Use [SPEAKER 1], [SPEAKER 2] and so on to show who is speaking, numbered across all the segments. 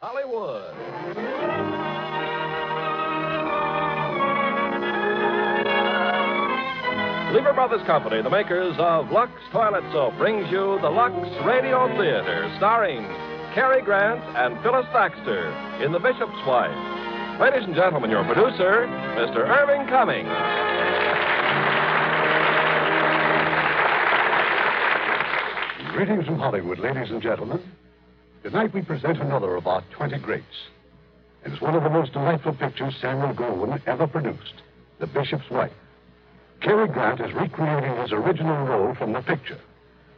[SPEAKER 1] Hollywood. Lever Brothers Company, the makers of Lux Toilet Soap, brings you the Lux Radio Theater, starring Cary Grant and Phyllis Baxter in The Bishop's Wife. Ladies and gentlemen, your producer, Mr. Irving Cummings.
[SPEAKER 2] Greetings from Hollywood, ladies and gentlemen. Tonight we present another of our 20 greats. It is one of the most delightful pictures Samuel Goldwyn ever produced, The Bishop's Wife. Cary Grant is recreating his original role from the picture,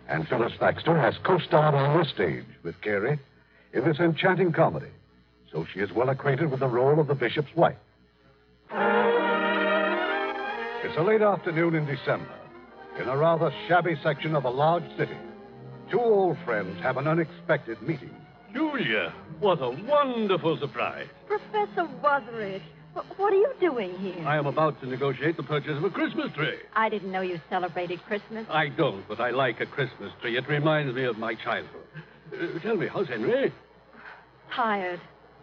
[SPEAKER 2] and Phyllis Thaxter has co-starred on the stage with Cary in this enchanting comedy, so she is well acquainted with the role of the Bishop's Wife. It's a late afternoon in December, in a rather shabby section of a large city. Two old friends have an unexpected meeting.
[SPEAKER 3] Julia, what a wonderful surprise.
[SPEAKER 4] Professor Wuthering, wh- what are you doing here?
[SPEAKER 3] I am about to negotiate the purchase of a Christmas tree.
[SPEAKER 4] I didn't know you celebrated Christmas.
[SPEAKER 3] I don't, but I like a Christmas tree. It reminds me of my childhood. Uh, tell me, how's Henry?
[SPEAKER 4] Tired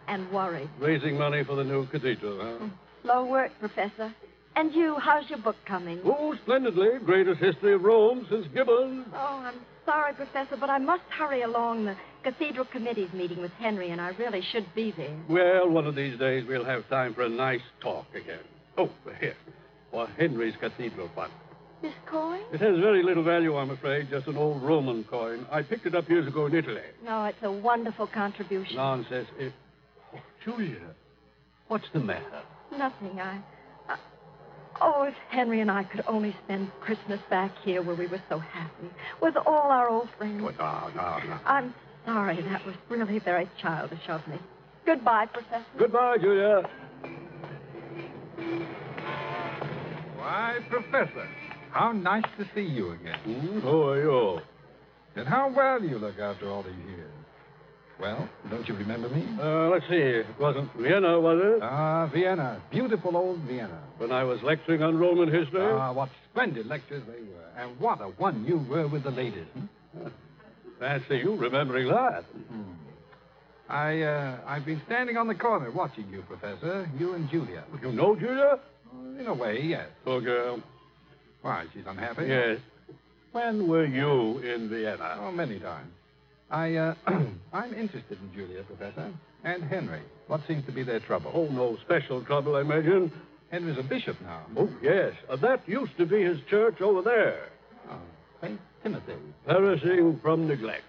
[SPEAKER 4] and worried.
[SPEAKER 3] Raising money for the new cathedral, huh?
[SPEAKER 4] Slow work, Professor. And you, how's your book coming?
[SPEAKER 3] Oh, splendidly. Greatest history of Rome since Gibbon.
[SPEAKER 4] Oh, I'm sorry, Professor, but I must hurry along. The Cathedral Committee's meeting with Henry, and I really should be there.
[SPEAKER 3] Well, one of these days we'll have time for a nice talk again. Oh, here. For Henry's cathedral fund.
[SPEAKER 4] Miss Coy?
[SPEAKER 3] It has very little value, I'm afraid, just an old Roman coin. I picked it up years ago in Italy.
[SPEAKER 4] No, it's a wonderful contribution.
[SPEAKER 3] Nonsense. It... Oh, Julia, what's the matter?
[SPEAKER 4] Nothing. I, I. Oh, if Henry and I could only spend Christmas back here where we were so happy with all our old friends.
[SPEAKER 2] But Oh, no, no, no.
[SPEAKER 4] I'm sorry. That was really very childish of me. Goodbye, Professor.
[SPEAKER 3] Goodbye, Julia.
[SPEAKER 5] Why, Professor, how nice to see you again.
[SPEAKER 3] Who Mm-hmm. are you?
[SPEAKER 5] And how well you look after all these years. Well, don't you remember me?
[SPEAKER 3] Uh, let's see. It wasn't Vienna, was it?
[SPEAKER 5] Ah, Vienna. Beautiful old Vienna.
[SPEAKER 3] when I was lecturing on Roman history?
[SPEAKER 5] Ah, what splendid lectures they were. And what a one you were with the ladies. hmm?
[SPEAKER 3] Fancy you remembering that.
[SPEAKER 5] I, uh, I've been standing on the corner watching you, Professor. You and Julia. Oh,
[SPEAKER 3] You know Julia?
[SPEAKER 5] In a way, yes.
[SPEAKER 3] Poor girl.
[SPEAKER 5] Why, she's unhappy?
[SPEAKER 3] Yes. When were you in Vienna?
[SPEAKER 5] Oh, many times. I, uh, I'm interested in Julia, Professor. And Henry. What seems to be their trouble?
[SPEAKER 3] Oh, no special trouble, I imagine.
[SPEAKER 5] Henry's a bishop now.
[SPEAKER 3] Oh, yes. Uh, that used to be his church over there.
[SPEAKER 5] Oh, St. Timothy.
[SPEAKER 3] Perishing from neglect.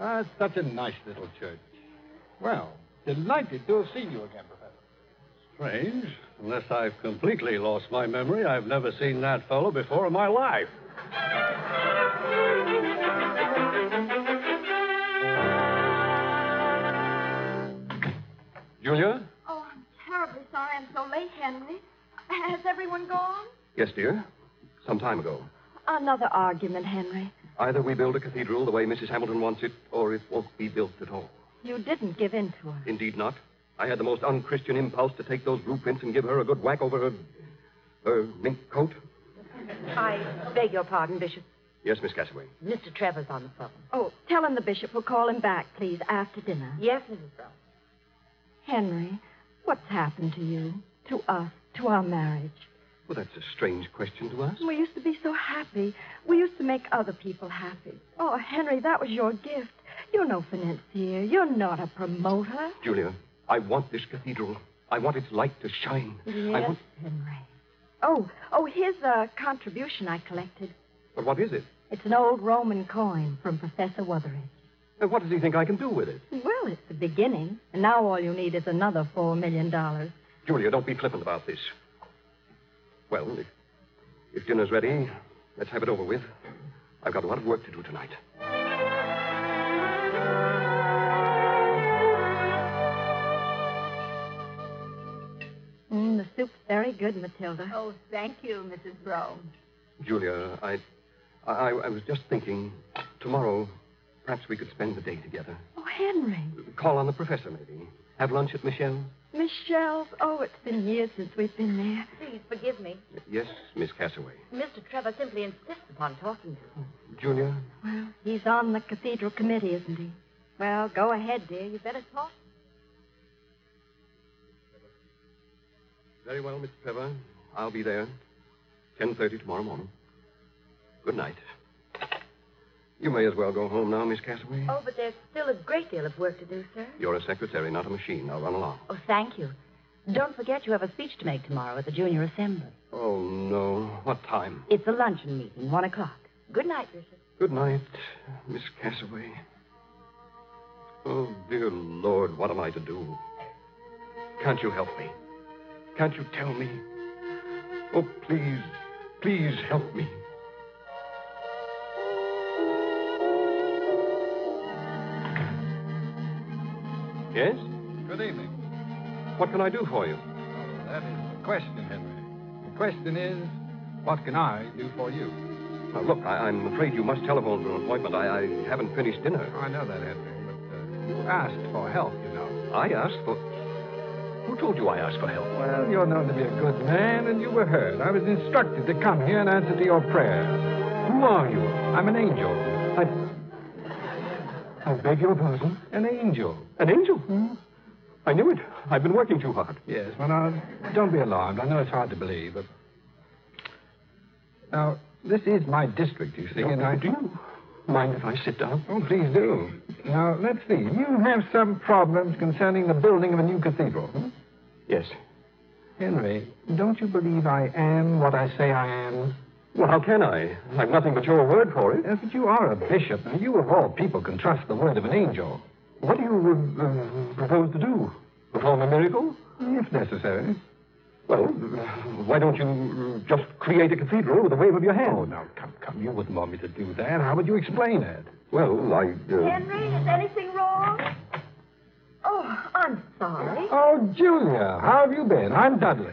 [SPEAKER 5] Ah, it's such a nice little church. Well, delighted to have seen you again, Professor.
[SPEAKER 3] Strange. Unless I've completely lost my memory, I've never seen that fellow before in my life. Julia?
[SPEAKER 4] Oh, I'm terribly sorry I'm so late, Henry. Has everyone gone?
[SPEAKER 6] Yes, dear. Some time ago.
[SPEAKER 4] Another argument, Henry.
[SPEAKER 6] Either we build a cathedral the way Mrs. Hamilton wants it, or it won't be built at all.
[SPEAKER 4] You didn't give in to her.
[SPEAKER 6] Indeed not. I had the most unchristian impulse to take those blueprints and give her a good whack over her, her mink coat.
[SPEAKER 7] I beg your pardon, Bishop.
[SPEAKER 6] Yes, Miss Cassaway.
[SPEAKER 7] Mr. Trevor's on the phone.
[SPEAKER 4] Oh, tell him the bishop will call him back, please, after dinner.
[SPEAKER 7] Yes, Mrs. Brown.
[SPEAKER 4] Henry, what's happened to you, to us, to our marriage?
[SPEAKER 6] Well, that's a strange question to ask.
[SPEAKER 4] We used to be so happy. We used to make other people happy. Oh, Henry, that was your gift. You're no financier. You're not a promoter.
[SPEAKER 6] Julia, I want this cathedral. I want its light to shine. I
[SPEAKER 4] Yes,
[SPEAKER 6] want...
[SPEAKER 4] Henry. Oh, oh, here's a contribution I collected.
[SPEAKER 6] But what is it?
[SPEAKER 4] It's an old Roman coin from Professor Wuthering.
[SPEAKER 6] And what does he think I can do with it?
[SPEAKER 4] Well, it's the beginning. And now all you need is another $4 million. dollars.
[SPEAKER 6] Julia, don't be flippant about this. Well, if, if dinner's ready, let's have it over with. I've got a lot of work to do tonight.
[SPEAKER 4] Mm, the soup's very good, Matilda.
[SPEAKER 7] Oh, thank you, Mrs. Brougham.
[SPEAKER 6] Julia, I, I, I was just thinking, tomorrow, perhaps we could spend the day together.
[SPEAKER 4] Oh, Henry.
[SPEAKER 6] Call on the professor, maybe. Have lunch at Michelle's.
[SPEAKER 4] Michelle's. Oh, it's been years since we've been there.
[SPEAKER 7] Please forgive me.
[SPEAKER 6] Yes, Miss Cassaway.
[SPEAKER 7] Mr. Trevor simply insists upon talking to me.
[SPEAKER 6] Julia,
[SPEAKER 4] Well, he's on the cathedral committee, isn't he? Well, go ahead, dear. You better talk.
[SPEAKER 6] very well, Mr. Trevor. I'll be there. 10.30 tomorrow morning. Good night. You may as well go home now, Miss Cassaway.
[SPEAKER 7] Oh, but there's still a great deal of work to do, sir.
[SPEAKER 6] You're a secretary, not a machine. Now run along.
[SPEAKER 7] Oh, thank you. Don't forget you have a speech to make tomorrow at the junior assembly.
[SPEAKER 6] Oh, no. What time?
[SPEAKER 7] It's a luncheon meeting, one o'clock. Good night, Bishop.
[SPEAKER 6] Good night, Miss Cassaway. Oh, dear Lord, what am I to do? Can't you help me? Can't you tell me? Oh, please, please help me. Yes?
[SPEAKER 5] Good evening.
[SPEAKER 6] What can I do for you?
[SPEAKER 5] Oh, that is the question, Henry. The question is, what can I do for you?
[SPEAKER 6] Now, look, I, I'm afraid you must telephone for an appointment. I, I haven't finished dinner.
[SPEAKER 5] Oh, I know that, Henry, but uh, you asked for help, you know.
[SPEAKER 6] I asked for. Who told you I asked for help?
[SPEAKER 5] Well, you're known to be a good man, and you were heard. I was instructed to come here and answer to your prayer. Who are you? I'm an angel. I,
[SPEAKER 2] I beg your pardon?
[SPEAKER 5] an angel.
[SPEAKER 6] An angel? I knew it. I've been working too hard.
[SPEAKER 5] Yes, well, now, don't be alarmed. I know it's hard to believe, but. Now, this is my district, you see, and I.
[SPEAKER 6] Do you mind if I sit down?
[SPEAKER 5] Oh, please do. Now, let's see. You have some problems concerning the building of a new cathedral. hmm?
[SPEAKER 6] Yes.
[SPEAKER 5] Henry, don't you believe I am what I say I am?
[SPEAKER 6] Well, how can I? I've nothing but your word for it.
[SPEAKER 5] Yes, Uh, but you are a bishop, and you of all people can trust the word of an angel.
[SPEAKER 6] What do you uh, uh, propose to do? Perform a miracle?
[SPEAKER 5] If necessary.
[SPEAKER 6] Well, uh, why don't you uh, just create a cathedral with a wave of your hand?
[SPEAKER 5] Oh, now, come, come. You wouldn't want me to do that. How would you explain it?
[SPEAKER 6] Well, I. Uh...
[SPEAKER 4] Henry, is anything wrong? Oh, I'm sorry.
[SPEAKER 5] Oh, Julia, how have you been? I'm Dudley.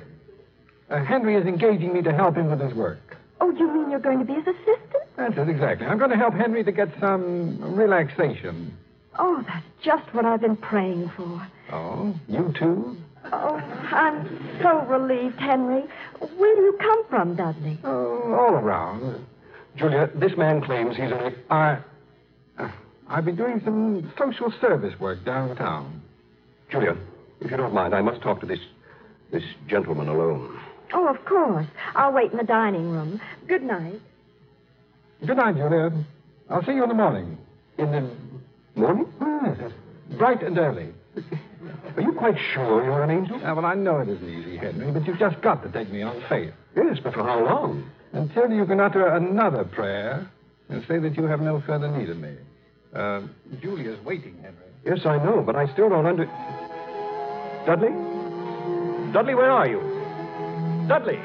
[SPEAKER 5] Uh, Henry is engaging me to help him with his work.
[SPEAKER 4] Oh, you mean you're going to be his assistant?
[SPEAKER 5] That's it, exactly. I'm going to help Henry to get some relaxation.
[SPEAKER 4] Oh, that's just what I've been praying for.
[SPEAKER 5] Oh, you too?
[SPEAKER 4] Oh, I'm so relieved, Henry. Where do you come from, Dudley?
[SPEAKER 5] Oh, all around.
[SPEAKER 6] Julia, this man claims he's a.
[SPEAKER 5] I, uh, I've been doing some social service work downtown.
[SPEAKER 6] Julia, if you don't mind, I must talk to this. this gentleman alone.
[SPEAKER 4] Oh, of course. I'll wait in the dining room. Good night.
[SPEAKER 5] Good night, Julia. I'll see you in the morning.
[SPEAKER 6] In the morning?
[SPEAKER 5] Yes, bright and early.
[SPEAKER 6] Are you quite sure you're an angel?
[SPEAKER 5] Now, well, I know it isn't easy, Henry, but you've just got to take me on faith.
[SPEAKER 6] Yes, but for how long?
[SPEAKER 5] Until you can utter another prayer and say that you have no further need of me. Uh, Julia's waiting, Henry.
[SPEAKER 6] Yes, I know, but I still don't under. Dudley? Dudley, where are you? Dudley!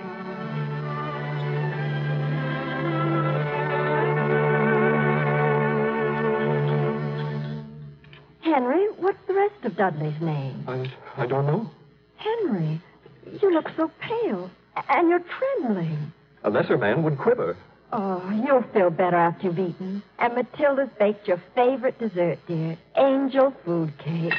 [SPEAKER 4] Henry, what's the rest of Dudley's name?
[SPEAKER 6] I, I don't know.
[SPEAKER 4] Henry, you look so pale. a- And you're trembling.
[SPEAKER 6] A lesser man would quiver.
[SPEAKER 4] Oh, you'll feel better after you've eaten. And Matilda's baked your favorite dessert, dear. Angel food cake.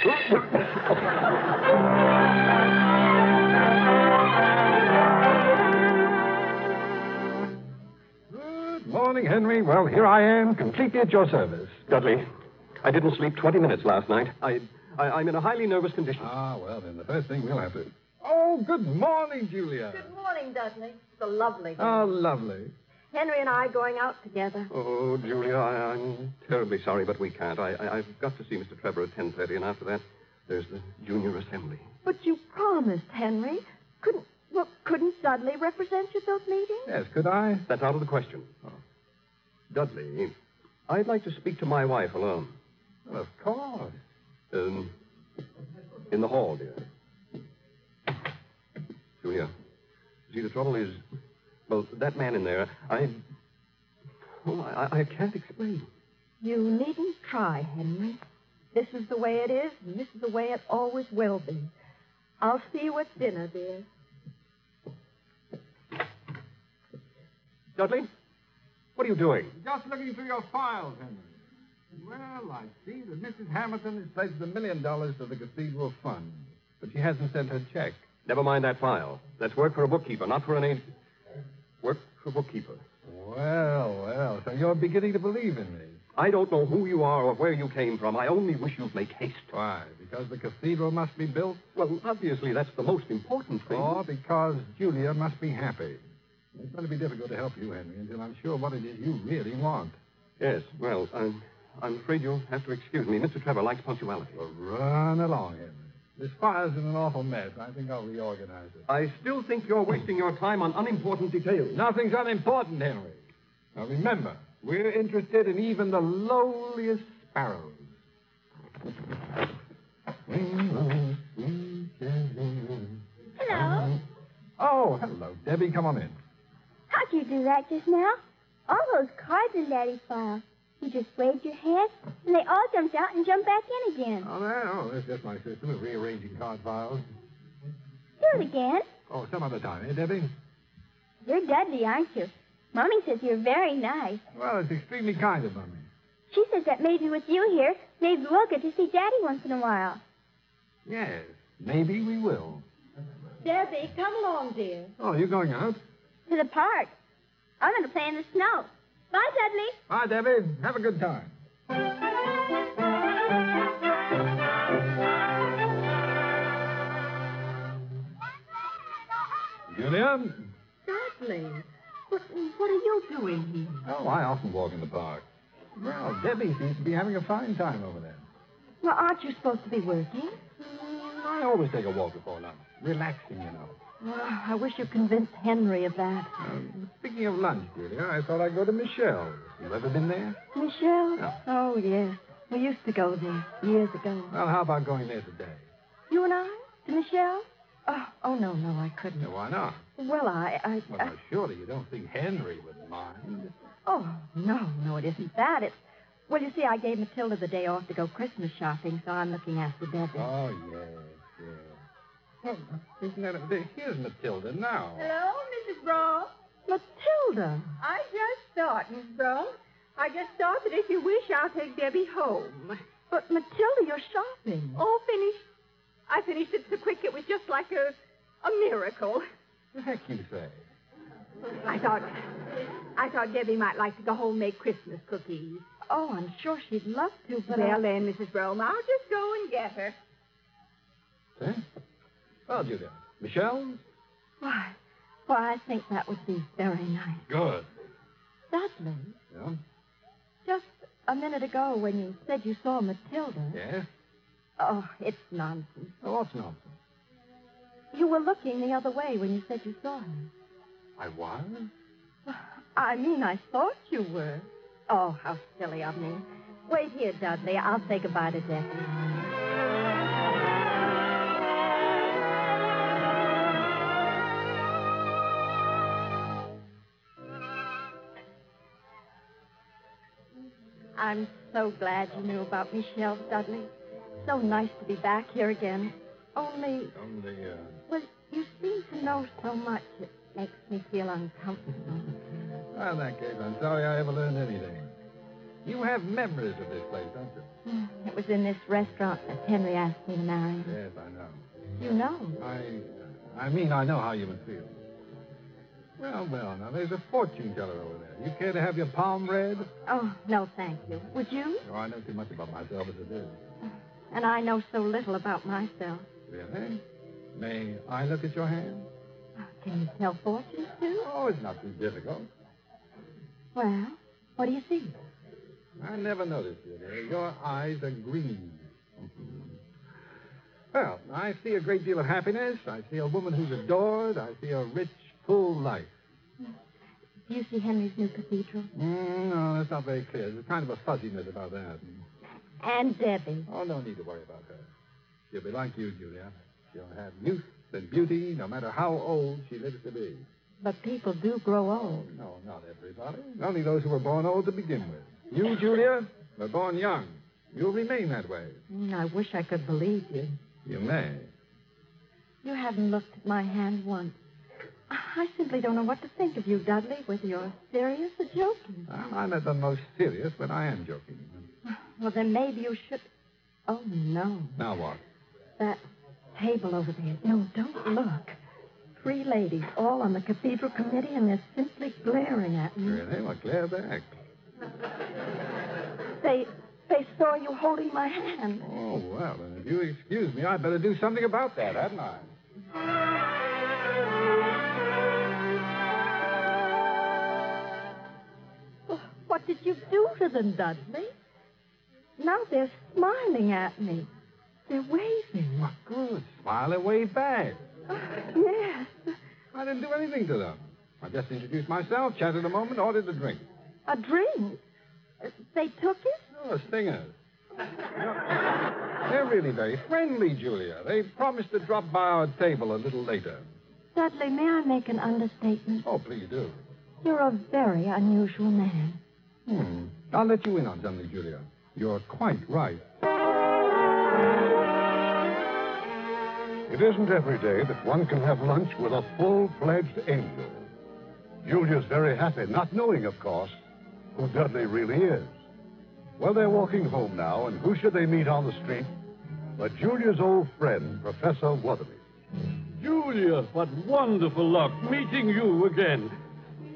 [SPEAKER 5] Good morning, Henry. Well, here I am, completely at your service.
[SPEAKER 6] Dudley, I didn't sleep 20 minutes last night. I, I I'm in a highly nervous condition.
[SPEAKER 5] Ah, well, then the first thing we'll have to. Oh, good morning, Julia.
[SPEAKER 4] Good morning, Dudley. It's a lovely.
[SPEAKER 5] Oh, lovely.
[SPEAKER 4] Henry and I are going out together.
[SPEAKER 6] Oh, Julia, I, I'm terribly sorry, but we can't. I, I, I've got to see Mr. Trevor at 10.30, and after that, there's the junior assembly.
[SPEAKER 4] But you promised, Henry. Couldn't well, couldn't Dudley represent you at those meetings?
[SPEAKER 5] Yes, could I? Oh.
[SPEAKER 6] That's out of the question. Dudley, I'd like to speak to my wife alone.
[SPEAKER 5] Well, of course.
[SPEAKER 6] Um, in the hall, dear. Julia, see, the trouble is, well, that man in there, I. Oh, I, I can't explain.
[SPEAKER 4] You needn't try, Henry. This is the way it is, and this is the way it always will be. I'll see you at dinner, dear.
[SPEAKER 6] Dudley, what are you doing?
[SPEAKER 5] Just looking through your files, Henry. Well, I see that Mrs. Hamilton has pledged a million dollars to the Cathedral Fund, but she hasn't sent her check.
[SPEAKER 6] Never mind that file. That's work for a bookkeeper, not for an agent. Work for a bookkeeper.
[SPEAKER 5] Well, well, so you're beginning to believe in me.
[SPEAKER 6] I don't know who you are or where you came from. I only wish you'd make haste.
[SPEAKER 5] Why? Because the cathedral must be built,
[SPEAKER 6] Well, obviously, that's the most important thing.
[SPEAKER 5] or Oh, because Julia must be happy. It's going to be difficult to help you, Henry, until I'm sure what it is you really want.
[SPEAKER 6] Yes, well, I'm, I'm afraid you'll have to excuse me. Mr. Trevor likes punctuality.
[SPEAKER 5] Well, run along, Henry. This fire's in an awful mess. I think I'll reorganize it.
[SPEAKER 6] I still think you're wasting your time on unimportant details.
[SPEAKER 5] Nothing's unimportant, Henry. Now remember, we're interested in even the lowliest sparrows.
[SPEAKER 8] Hello.
[SPEAKER 5] Oh, hello, Debbie. Come on in.
[SPEAKER 8] How'd you do that just now? All those cards in Daddy's file. You just waved your hand, and they all jumped out and jumped back in again.
[SPEAKER 5] Oh, no, no, that's just my system of rearranging card files.
[SPEAKER 8] Do it again.
[SPEAKER 5] Oh, some other time, eh, Debbie?
[SPEAKER 8] You're Dudley, aren't you? Mommy says you're very nice.
[SPEAKER 5] Well, it's extremely kind of Mummy.
[SPEAKER 8] She says that maybe with you here, maybe we'll get to see Daddy once in a while.
[SPEAKER 5] Yes, maybe we will.
[SPEAKER 4] Debbie, come along, dear.
[SPEAKER 5] Oh, are you going out?
[SPEAKER 8] To the park. I'm going to play in the snow. Bye, Dudley.
[SPEAKER 5] Bye, Debbie. Have a good time. Julia?
[SPEAKER 4] Dudley, what, what are you doing here?
[SPEAKER 5] Oh, I often walk in the park. Well, Debbie seems to be having a fine time over there.
[SPEAKER 4] Well, aren't you supposed to be working?
[SPEAKER 5] I always take a walk before lunch. Relaxing, you know.
[SPEAKER 4] Well, I wish you convinced Henry of that.
[SPEAKER 5] Um, speaking of lunch, Julia, I thought I'd go to Michelle's. You ever been there?
[SPEAKER 4] Michelle?
[SPEAKER 5] Yeah.
[SPEAKER 4] Oh, yes. We used to go there years ago.
[SPEAKER 5] Well, how about going there today?
[SPEAKER 4] You and I? To Michelle? Oh, oh no, no, I couldn't.
[SPEAKER 5] Yeah, why not?
[SPEAKER 4] Well, I. I,
[SPEAKER 5] Well,
[SPEAKER 4] I
[SPEAKER 5] now, surely you don't think Henry would mind.
[SPEAKER 4] oh, no, no, it isn't that. It's. Well, you see, I gave Matilda the day off to go Christmas shopping, so I'm looking after Debbie.
[SPEAKER 5] Oh, yes, yes. Well, isn't that... A... Here's Matilda now.
[SPEAKER 9] Hello, Mrs. Brougham.
[SPEAKER 4] Matilda!
[SPEAKER 9] I just thought, Miss Brougham. I just thought that if you wish, I'll take Debbie home.
[SPEAKER 4] But Matilda, you're shopping.
[SPEAKER 9] All finished. I finished it so quick it was just like a, a miracle.
[SPEAKER 5] The heck you say?
[SPEAKER 9] I thought, I thought Debbie might like to go home and make Christmas cookies.
[SPEAKER 4] Oh, I'm sure she'd love to, but.
[SPEAKER 9] well then, Mrs. Brougham, I'll just go and get her.
[SPEAKER 5] Eh? Well, Julia, Michelle's?
[SPEAKER 4] Why? Why, I think that would be very nice.
[SPEAKER 5] Good.
[SPEAKER 4] Dudley,
[SPEAKER 5] Yeah?
[SPEAKER 4] just a minute ago when you said you saw Matilda.
[SPEAKER 5] Yes?
[SPEAKER 4] Oh, it's nonsense.
[SPEAKER 5] Oh, what's nonsense?
[SPEAKER 4] You were looking the other way when you said you saw her.
[SPEAKER 5] I was?
[SPEAKER 4] I mean, I thought you were. Oh, how silly of me. Wait here, Dudley. I'll say goodbye to Debbie. I'm so glad you knew about Michelle, Dudley. So nice to be back here again. Only,
[SPEAKER 5] Only, uh...
[SPEAKER 4] well, you seem to know so much, it makes me feel uncomfortable.
[SPEAKER 5] Well, in that case, I'm sorry I ever learned anything. You have memories of this place, don't you?
[SPEAKER 4] It was in this restaurant that Henry asked me to marry him.
[SPEAKER 5] Yes, I know.
[SPEAKER 4] You know.
[SPEAKER 5] I, I mean, I know how you would feel. Well, Oh, well, now there's a fortune teller over there. You care to have your palm read?
[SPEAKER 4] Oh, no, thank you. Would you?
[SPEAKER 5] Oh, I know too much about myself as it is.
[SPEAKER 4] And I know so little about myself.
[SPEAKER 5] Really? May I look at your hand?
[SPEAKER 4] Uh, Can you tell fortunes, too?
[SPEAKER 5] Oh, it's not too difficult.
[SPEAKER 4] Well, what do you see?
[SPEAKER 5] I never noticed you. dear. Your eyes are green. well, I see a great deal of happiness. I see a woman who's adored. I see a rich, full life.
[SPEAKER 4] Do you see Henry's new cathedral?
[SPEAKER 5] Mm, no, that's not very clear. There's kind of a fuzziness about that.
[SPEAKER 4] And Debbie.
[SPEAKER 5] Oh, no need to worry about her. She'll be like you, Julia. She'll have youth and beauty, no matter how old she lives to be.
[SPEAKER 4] But people do grow old.
[SPEAKER 5] No, not everybody. Only those who were born old to begin with. You, Julia, were born young. You'll remain that way.
[SPEAKER 4] Mm, I wish I could believe you.
[SPEAKER 5] You may.
[SPEAKER 4] You haven't looked at my hand once. I simply don't know what to think of you, Dudley, whether you're serious or joking.
[SPEAKER 5] Well, I'm not the most serious, but I am joking.
[SPEAKER 4] Well, then maybe you should. Oh, no.
[SPEAKER 5] Now what?
[SPEAKER 4] That table over there. No, don't look. Three ladies, all on the cathedral committee, and they're simply glaring at me.
[SPEAKER 5] Really? Well, glare back.
[SPEAKER 4] They they saw you holding my hand.
[SPEAKER 5] Oh, well, then if you excuse me, I'd better do something about that, hadn't I?
[SPEAKER 4] Oh, What did you do to them, Dudley? Now they're smiling at me. They're waving.
[SPEAKER 5] Well, good. Smile and wave back.
[SPEAKER 4] Oh, Yes.
[SPEAKER 5] I didn't do anything to them. I just introduced myself, chatted a moment, ordered a drink.
[SPEAKER 4] A drink. Uh, They took it?
[SPEAKER 5] Oh, stingers. They're really very friendly, Julia. They promised to drop by our table a little later.
[SPEAKER 4] Dudley, may I make an understatement?
[SPEAKER 5] Oh, please do.
[SPEAKER 4] You're a very unusual man.
[SPEAKER 5] Hmm. I'll let you in on something, Julia. You're quite right.
[SPEAKER 2] It isn't every day that one can have lunch with a full fledged angel. Julia's very happy, not knowing, of course, who Dudley really is. Well, they're walking home now, and who should they meet on the street but Julia's old friend, Professor Wetherby.
[SPEAKER 3] Julia, what wonderful luck meeting you again.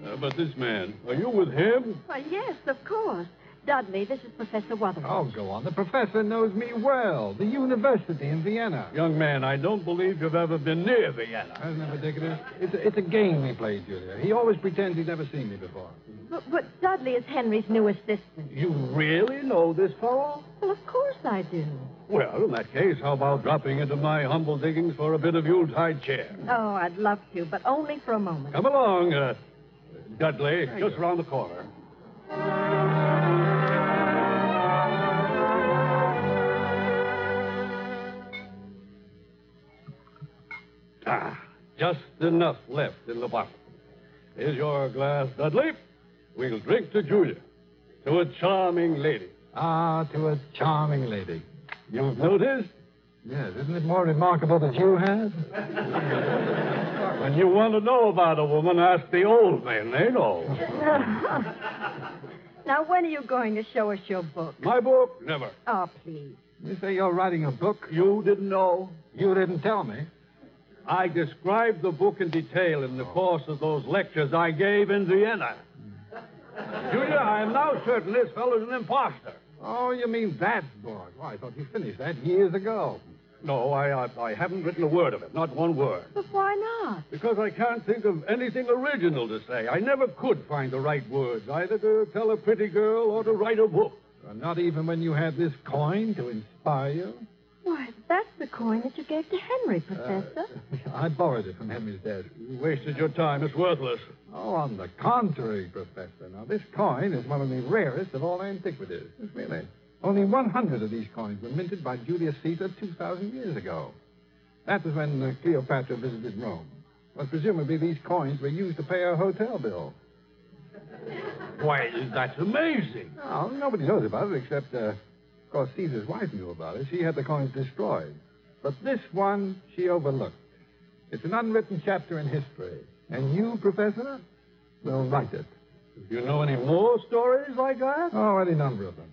[SPEAKER 3] Uh, but this man, are you with him?
[SPEAKER 4] Why, yes, of course. Dudley, this is Professor Wutherby.
[SPEAKER 5] Oh, go on. The professor knows me well. The university in Vienna.
[SPEAKER 3] Young man, I don't believe you've ever been near Vienna.
[SPEAKER 5] Isn't that ridiculous? It's a, it's a game we play, Julia. He always pretends he's never seen me before.
[SPEAKER 4] But, but Dudley is Henry's new assistant.
[SPEAKER 3] You really know this fellow?
[SPEAKER 4] Well, of course I do.
[SPEAKER 3] Well, in that case, how about dropping into my humble diggings for a bit of Yuletide chair?
[SPEAKER 4] Oh, I'd love to, but only for a moment.
[SPEAKER 3] Come along, uh, Dudley,
[SPEAKER 5] Thank
[SPEAKER 3] just
[SPEAKER 5] you.
[SPEAKER 3] around the corner. Ah, just enough left in the bottle. Here's your glass, Dudley. We'll drink to Julia, to a charming lady.
[SPEAKER 5] Ah, to a charming lady.
[SPEAKER 3] You've noticed?
[SPEAKER 5] Yes, isn't it more remarkable that you have?
[SPEAKER 3] When you want to know about a woman, ask the old men. They know.
[SPEAKER 4] now, when are you going to show us your book?
[SPEAKER 3] My book? Never.
[SPEAKER 4] Oh, please.
[SPEAKER 5] You say you're writing a book?
[SPEAKER 3] You didn't know?
[SPEAKER 5] You didn't tell me.
[SPEAKER 3] I described the book in detail in the
[SPEAKER 5] Oh.
[SPEAKER 3] course of those lectures I gave in Vienna. Julia, I am now certain this fellow's an imposter.
[SPEAKER 5] Oh, you mean that book? Why, I thought you finished that years ago.
[SPEAKER 3] No, I, I, I haven't written a word of it, not one word.
[SPEAKER 4] But why not?
[SPEAKER 3] Because I can't think of anything original to say. I never could find the right words, either to tell a pretty girl or to write a book.
[SPEAKER 5] Uh, Not even when you had this coin to inspire you?
[SPEAKER 4] Why, that's the coin that you gave to Henry, Professor.
[SPEAKER 5] I borrowed it from Henry's desk.
[SPEAKER 3] You wasted your time. It's worthless.
[SPEAKER 5] Oh, on the contrary, Professor. Now, this coin is one of the rarest of all antiquities. Really. Only 100 of these coins were minted by Julius Caesar 2,000 years ago. That was when uh, Cleopatra visited Rome. Well, presumably these coins were used to pay her hotel bill.
[SPEAKER 3] Why, that's amazing.
[SPEAKER 5] Now, nobody knows about it except, uh, of course, Caesar's wife knew about it. She had the coins destroyed. But this one she overlooked. It's an unwritten chapter in history. And you, Professor, will write it.
[SPEAKER 3] Do you know any more stories like that?
[SPEAKER 5] Oh, any number of them.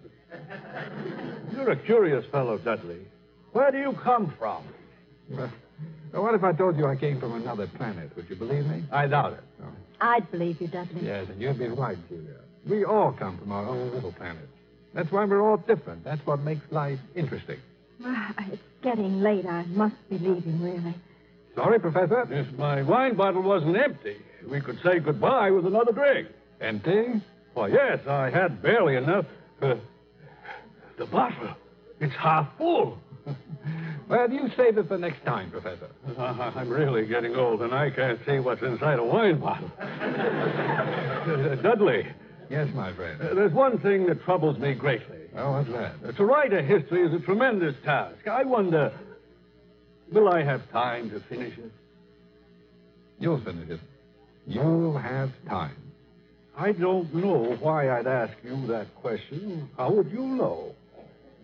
[SPEAKER 3] You're a curious fellow, Dudley. Where do you come from?
[SPEAKER 5] Well, what if I told you I came from another planet? Would you believe me?
[SPEAKER 3] I doubt it.
[SPEAKER 4] I'd believe you, Dudley.
[SPEAKER 5] Yes, and you'd be right, Julia. We all come from our own little planet. That's why we're all different. That's what makes life interesting.
[SPEAKER 4] Well, it's getting late. I must be leaving, really.
[SPEAKER 5] Sorry, Professor?
[SPEAKER 3] If my wine bottle wasn't empty, we could say goodbye with another drink.
[SPEAKER 5] Empty?
[SPEAKER 3] Why, yes, I had barely enough. Uh, the bottle, it's half full.
[SPEAKER 5] Well, you save it for next time, Professor.
[SPEAKER 3] Uh, I'm really getting old, and I can't see what's inside a wine bottle. Uh, Dudley,
[SPEAKER 5] Yes, my friend.
[SPEAKER 3] uh, there's one thing that troubles me greatly.
[SPEAKER 5] Oh, what's that?
[SPEAKER 3] Uh, To write a history is a tremendous task. I wonder, will I have time to finish it?
[SPEAKER 5] You'll finish it. You'll have time.
[SPEAKER 3] I don't know why I'd ask you that question. How would you know?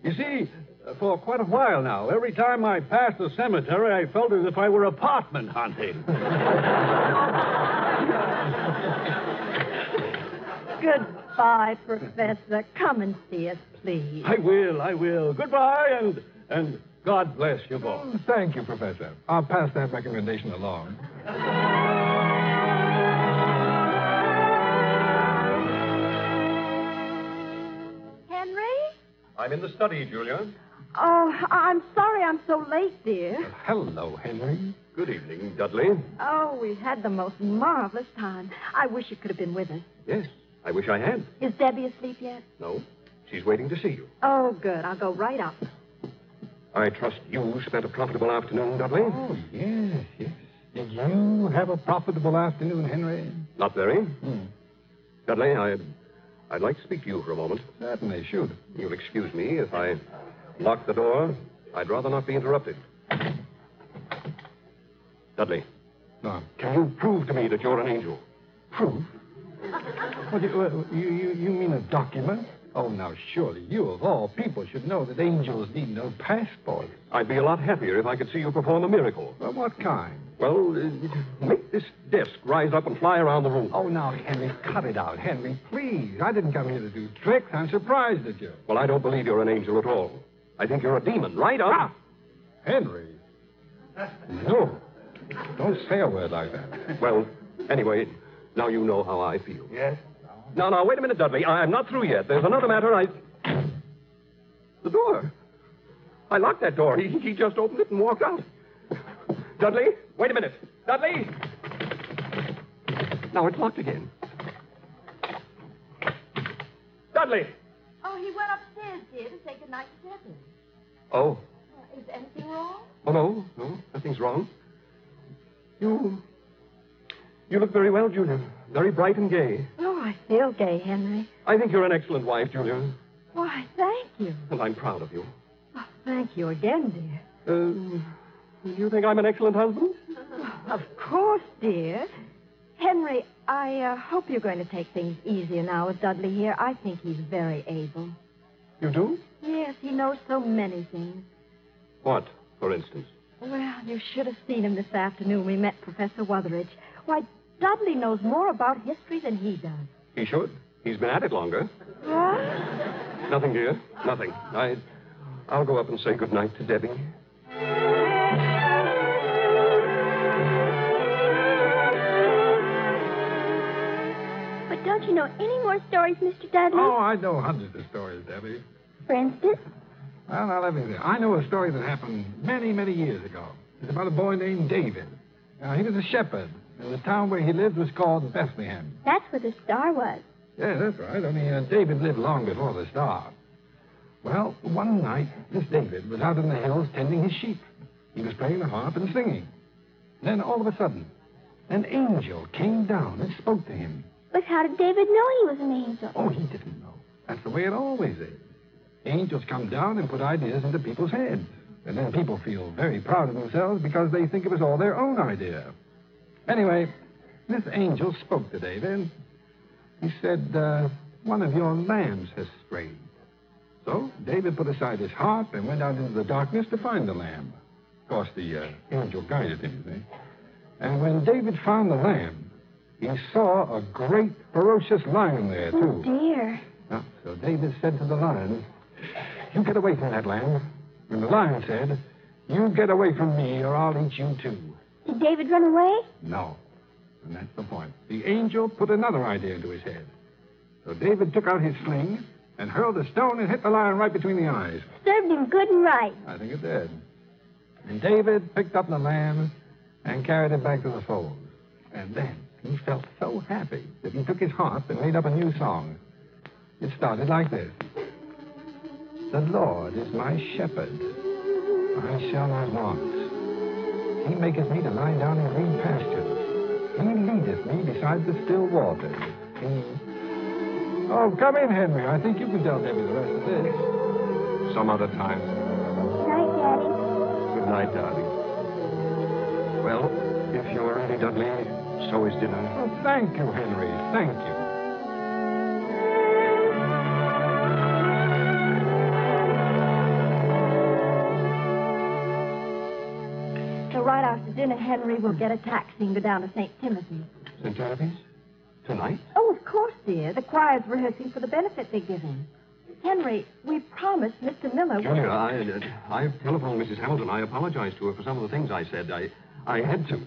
[SPEAKER 3] You see, uh, for quite a while now, every time I passed the cemetery, I felt as if I were apartment hunting.
[SPEAKER 4] Goodbye, Professor. Come and see us, please.
[SPEAKER 3] I will, I will. Goodbye, and and God bless you both.
[SPEAKER 5] Thank you, Professor. I'll pass that recommendation along.
[SPEAKER 4] Henry?
[SPEAKER 6] I'm in the study, Julia.
[SPEAKER 4] Oh, I- I'm sorry I'm so late, dear.
[SPEAKER 5] Hello, Henry.
[SPEAKER 6] Good evening, Dudley.
[SPEAKER 4] Oh, we had the most marvelous time. I wish you could have been with us.
[SPEAKER 6] Yes, I wish I had.
[SPEAKER 4] Is Debbie asleep yet?
[SPEAKER 6] No, she's waiting to see you.
[SPEAKER 4] Oh, good. I'll go right up.
[SPEAKER 6] I trust you spent a profitable afternoon, Dudley.
[SPEAKER 5] Oh, yes, yes. Did you have a profitable afternoon, Henry?
[SPEAKER 6] Not very.
[SPEAKER 5] Hmm.
[SPEAKER 6] Dudley, I'd, I'd like to speak to you for a moment.
[SPEAKER 5] Certainly, should.
[SPEAKER 6] You'll excuse me if I lock the door. I'd rather not be interrupted. Dudley,
[SPEAKER 5] No.
[SPEAKER 6] can you prove to me that you're an angel?
[SPEAKER 5] Proof? What do you, uh, you, you, you mean a document? Oh, now, surely you, of all people, should know that angels need no passport.
[SPEAKER 6] I'd be a lot happier if I could see you perform a miracle.
[SPEAKER 5] Well, what kind?
[SPEAKER 6] Well, uh, make this desk rise up and fly around the room.
[SPEAKER 5] Oh, now, Henry, cut it out. Henry, please. I didn't come here to do tricks. I'm surprised at you.
[SPEAKER 6] Well, I don't believe you're an angel at all. I think you're a demon, right? on.
[SPEAKER 5] Ah. Henry? No. Don't say a word like that.
[SPEAKER 6] Well, anyway, now you know how I feel.
[SPEAKER 5] Yes?
[SPEAKER 6] Now, now, wait a minute, Dudley. I'm not through yet. There's another matter I. The door. I locked that door. He, he just opened it and walked out. Dudley, wait a minute. Dudley! Now it's locked again. Dudley!
[SPEAKER 4] Oh, he went upstairs, dear, to say goodnight to Debbie. Uh,
[SPEAKER 6] Oh,
[SPEAKER 4] Is anything wrong?
[SPEAKER 6] oh no, no, nothing's wrong. You. You look very well, Julia. Very bright and gay.
[SPEAKER 4] Oh, I feel gay, Henry.
[SPEAKER 6] I think you're an excellent wife, Julia,
[SPEAKER 4] Why, thank you.
[SPEAKER 6] and I'm proud of you.
[SPEAKER 4] Oh, thank you again, dear.
[SPEAKER 6] Uh, you think I'm an excellent husband?
[SPEAKER 4] Of course, dear. Henry, I uh, hope you're going to take things easier now with Dudley here. I think he's very able.
[SPEAKER 6] You do?
[SPEAKER 4] Yes, he knows so many things.
[SPEAKER 6] What, for instance?
[SPEAKER 4] Well, you should have seen him this afternoon. We met Professor Wutheridge. Why, Dudley knows more about history than he does.
[SPEAKER 6] He should. He's been at it longer.
[SPEAKER 4] What?
[SPEAKER 6] Nothing, dear. Nothing. I, I'll go up and say good night to Debbie.
[SPEAKER 8] But don't you know any more stories, Mr. Dudley?
[SPEAKER 5] Oh, I know hundreds of stories, Debbie.
[SPEAKER 8] For instance,
[SPEAKER 5] Well, now, let me see. I know a story that happened many, many years ago. It's about a boy named David. Now, he was a shepherd, and the town where he lived was called Bethlehem.
[SPEAKER 8] that's where the star was.
[SPEAKER 5] Yeah, that's right. Only uh, David lived long before the star. Well, one night, this David was out in the hills tending his sheep. He was playing the harp and singing. Then, all of a sudden, an angel came down and spoke to him.
[SPEAKER 8] But how did David know he was an angel?
[SPEAKER 5] Oh, he didn't know. That's the way it always is. Angels come down and put ideas into people's heads. And then people feel very proud of themselves because they think it was all their own idea. Anyway, this angel spoke to David. He said, uh, One of your lambs has strayed. So David put aside his harp and went out into the darkness to find the lamb. Of course, the uh, angel guided him, you see. And when David found the lamb, he saw a great, ferocious lion there,
[SPEAKER 8] Oh,
[SPEAKER 5] too.
[SPEAKER 8] dear.
[SPEAKER 5] Now, so David said to the lion, You get away from that lamb. And the lion said, You get away from me or I'll eat you too.
[SPEAKER 8] Did David run away?
[SPEAKER 5] No. And that's the point. The angel put another idea into his head. So David took out his sling and hurled a stone and hit the lion right between the eyes.
[SPEAKER 8] Served him good and right.
[SPEAKER 5] I think it did. And David picked up the lamb and carried it back to the fold. And then he felt so happy that he took his harp and made up a new song. It started like this The Lord is my shepherd. I shall not want. He maketh me to lie down in green pastures. He leadeth me beside the still waters. He... Oh, come in, Henry. I think you can tell Debbie the rest of this.
[SPEAKER 6] Some other time.
[SPEAKER 10] Night, Daddy.
[SPEAKER 6] Good night, darling. Well, if you're ready, Dudley, so is dinner.
[SPEAKER 5] Oh, thank you, Henry. Thank you.
[SPEAKER 4] So right after dinner, Henry will get a taxi and go down to St. Timothy's.
[SPEAKER 6] St. Timothy's? Tonight?
[SPEAKER 4] Oh, of course, dear. The choir's rehearsing for the benefit they're giving. Henry, we promised Mr. Miller.
[SPEAKER 6] Junior, I, uh, I I've telephoned Mrs. Hamilton. I apologized to her for some of the things I said. I, I had to.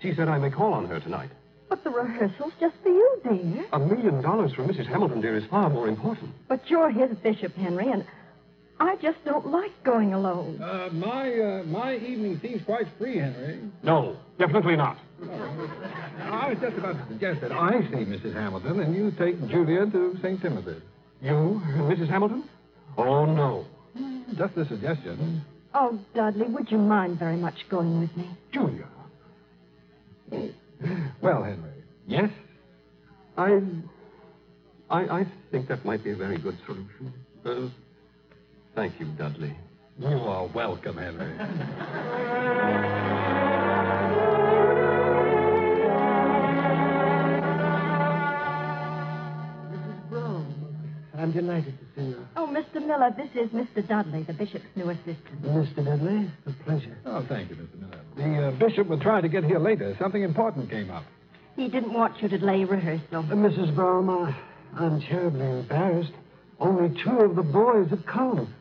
[SPEAKER 6] She said I may call on her tonight.
[SPEAKER 4] But the rehearsal's just for you, dear.
[SPEAKER 6] A million dollars from Mrs. Hamilton, dear, is far more important.
[SPEAKER 4] But you're his bishop, Henry, and I just don't like going alone.
[SPEAKER 5] Uh, my, uh, my evening seems quite free, Henry.
[SPEAKER 6] No, definitely not.
[SPEAKER 5] I was just about to suggest that I see Mrs. Hamilton and you take Julia to St. Timothy's.
[SPEAKER 6] You, Mrs. Hamilton? Oh, no.
[SPEAKER 5] Just a suggestion.
[SPEAKER 4] Oh, Dudley, would you mind very much going with me?
[SPEAKER 6] Julia.
[SPEAKER 5] Well, Henry,
[SPEAKER 6] Yes? I, I, I think that might be a very good solution. Uh, thank you, Dudley.
[SPEAKER 5] you are welcome, Henry.
[SPEAKER 11] I'm delighted to see you.
[SPEAKER 4] Oh, Mr. Miller, this is Mr. Dudley, the bishop's new assistant.
[SPEAKER 11] Mr. Dudley, it's a pleasure.
[SPEAKER 5] Oh, thank you, Mr. Miller. The uh, bishop will try to get here later. Something important came up.
[SPEAKER 4] He didn't want you to delay rehearsal.
[SPEAKER 11] Uh, Mrs. Brougham, I, I'm terribly embarrassed. Only two of the boys have come.